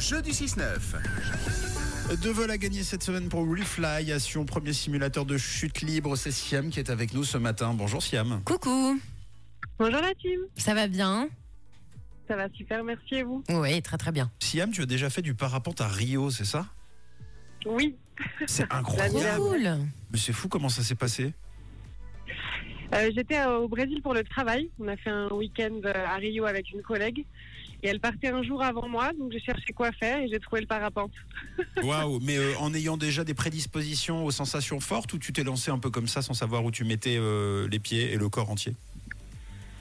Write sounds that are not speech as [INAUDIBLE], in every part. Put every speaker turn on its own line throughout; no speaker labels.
jeu du 6-9.
Deux vols à gagner cette semaine pour WeFly, à Sion, premier simulateur de chute libre. C'est Siam qui est avec nous ce matin. Bonjour Siam.
Coucou,
Bonjour la team,
ça va bien
ça va super, merci et vous
Oui, très très bien.
Siam, tu as déjà fait du parapente à Rio, c'est ça
Oui,
C'est
Formidable.
incroyable.
Cool. Bah,
Mais c'est fou comment ça s'est passé.
euh, j'étais euh, au Brésil pour le travail. On a fait un week-end euh, à Rio avec une collègue et elle partait un jour avant moi, donc j'ai cherché quoi faire et j'ai trouvé le parapente.
Waouh, mais euh, en ayant déjà des prédispositions aux sensations fortes ou tu t'es lancé un peu comme ça sans savoir où tu mettais euh, les pieds et le corps entier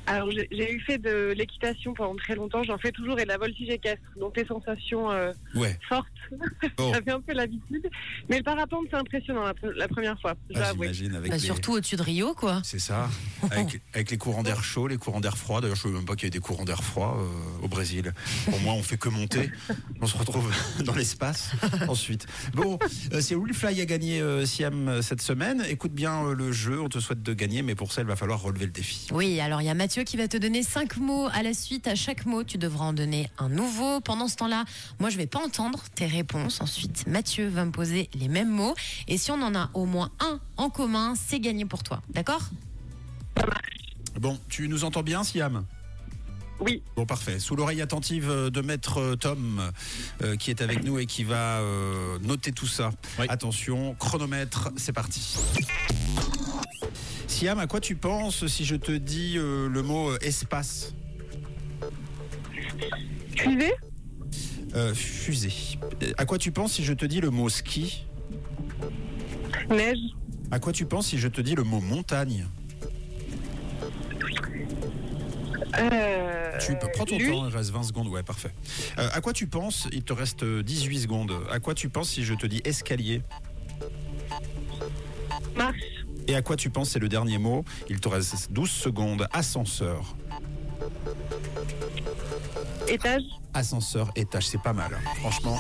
Alors j'ai- j'ai eu fait de l'équitation pendant très longtemps, j'en fais toujours et de la voltige équestre, donc des sensations euh,
Ouais.
fortes. [LAUGHS]
Bon.
J'avais un peu l'habitude, mais le parapente c'est impressionnant la, pre- la première fois, je dois
Ah,
avouer.
J'imagine avec
Bah,
les-
Surtout au-dessus de Rio, quoi.
C'est ça, avec, avec les courants d'air chaud, les courants d'air froid. D'ailleurs, je ne savais même pas qu'il y avait des courants d'air froid euh, au Brésil. Pour moi, on fait que monter. On se retrouve [LAUGHS] dans l'espace ensuite. Bon, euh, c'est Willfly a gagné euh, Siam euh, cette semaine. Écoute bien euh, le jeu, on te souhaite de gagner, mais pour ça, il va falloir relever le défi.
Oui, alors il y a Mathieu qui va te donner cinq mots à la suite. À chaque mot, tu devras en donner un nouveau. Pendant ce temps-là, moi, je vais pas entendre tes réponses. Ensuite, Mathieu va me poser les mêmes mots. Et si on en a au moins un en commun, c'est gagné pour toi. D'accord
Bon, tu nous entends bien, Siam
Oui,
Bon, parfait. Sous l'oreille attentive euh, de maître euh, Tom, euh, qui est avec nous et qui va euh, noter tout ça.
Oui.
Attention, chronomètre, c'est parti. Siam, à quoi tu penses si je te dis euh, le mot euh, espace
suivez
Euh, Fusée. Euh, À quoi tu penses si je te dis le mot ski
neige,
À quoi tu penses si je te dis le mot montagne
euh,
Tu peux prendre ton
lutte,
temps, il reste 20 secondes, ouais, parfait. Euh, à quoi tu penses Il te reste euh, 18 secondes. À quoi tu penses si je te dis escalier hein.
marche,
Et à quoi tu penses C'est le dernier mot. Il te reste 12 secondes. Ascenseur.
étage.
Ascenseur, étage, c'est pas mal. Franchement.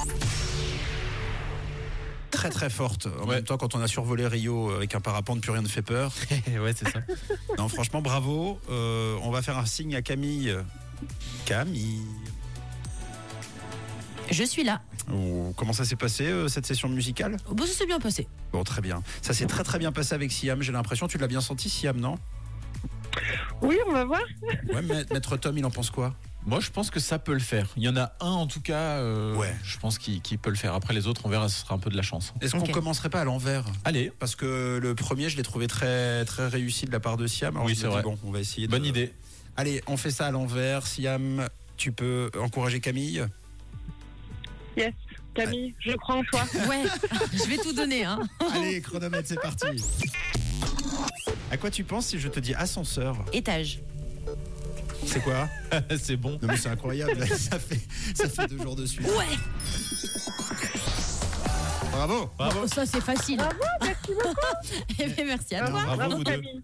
Très très forte. En
Ouais.
même temps, quand on a survolé Rio euh, avec un parapente, plus rien ne fait peur.
[LAUGHS] ouais, c'est ça.
[LAUGHS] Non, franchement, bravo. Euh, on va faire un signe à Camille. Camille.
Je suis là.
Oh, Comment ça s'est passé euh, cette session musicale
Bon, Oh, bah, ça s'est bien passé.
Bon, très bien. Ça s'est très très bien passé avec Siam, j'ai l'impression. Tu l'as bien senti, Siam, non
Oui, on va voir.
Ouais, ma- maître Tom, il en pense quoi
Moi, je pense que ça peut le faire. Il y en a un, en tout cas, euh,
Ouais.
je pense qu'il qu'il peut le faire. Après, les autres, on verra, ce sera un peu de la chance.
Est-ce
Ok.
qu'on commencerait pas à l'envers
Allez,
Parce que le premier, je l'ai trouvé très, très réussi de la part de Siam. Alors
Oui,
je me
c'est
dis,
vrai.
Bon, on va essayer. de-
bonne idée. [LAUGHS]
Allez, on fait ça à l'envers. Siam, tu peux encourager [LAUGHS] Camille.
Yes, Camille, je crois en toi.
Ouais, [LAUGHS] je vais tout donner. Hein.
Allez, chronomètre, c'est parti. À quoi tu penses si je te dis ascenseur
Étage.
C'est quoi
c'est bon.
Non mais c'est [LAUGHS] incroyable, ça fait, ça fait deux jours de suite.
Ouais
Bravo
Bon, Oh, Ça, c'est facile. Bravo, [LAUGHS] merci beaucoup. merci à
Alors,
toi.
bravo,
Bravo, vous deux.
Camille.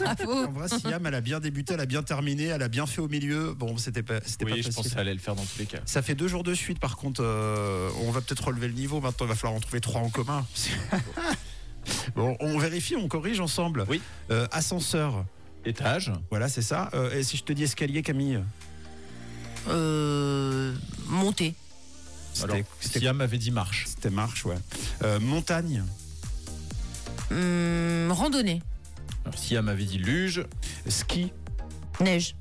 Bravo.
En vrai, Siam, elle a bien débuté, elle a bien terminé, elle a bien fait au milieu. Bon, c'était pas, c'était pas
Oui, je
facile.
pense que ça allait le faire dans tous les cas.
Ça fait deux jours de suite, par contre, euh, on va peut-être relever le niveau. Maintenant, il va falloir en trouver trois en
[LAUGHS]
commun. bon, on vérifie, on corrige ensemble.
Oui.
Euh, ascenseur,
Étage.
voilà, c'est ça. Euh, et si je te dis escalier, Camille
Euh, monter.
Alors,
C'était c'était-
Siam avait dit marche.
c'était marche, ouais. Euh, montagne,
Hum, randonnée.
Alors, Siam avait dit luge.
ski,
Neige.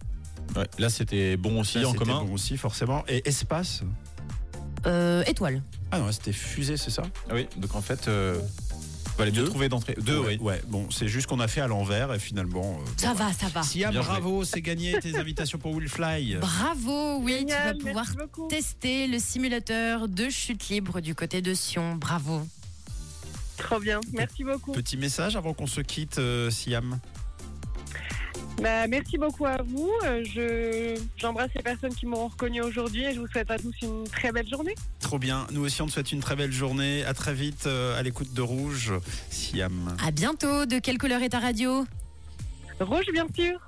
Ouais, là, c'était bon aussi
ça,
en
c'était
commun.
bon aussi, forcément. Et espace
Euh, étoile.
Ah non, c'était fusée, c'est ça
Ah oui, donc en fait, euh, va les deux trouver d'entrée. Deux,
ouais,
oui.
ouais, bon, c'est juste qu'on a fait à l'envers et finalement. euh,
Ça
bon,
va, ça va.
Siam,
Bien joué.
bravo, c'est gagné tes invitations pour Will Fly.
Bravo, oui,
Génial,
tu vas
merci
pouvoir
beaucoup.
tester le simulateur de chute libre du côté de Sion. Bravo.
Trop bien, merci beaucoup.
Petit message avant qu'on se quitte, euh, Siam.
Bah, merci beaucoup à vous. Euh, Je j'embrasse les personnes qui m'ont reconnu aujourd'hui et je vous souhaite à tous une très belle journée.
Trop bien. Nous aussi, on te souhaite une très belle journée. À très vite euh, à l'écoute de Rouge. Siam.
À bientôt. De quelle couleur est ta radio
Rouge bien sûr.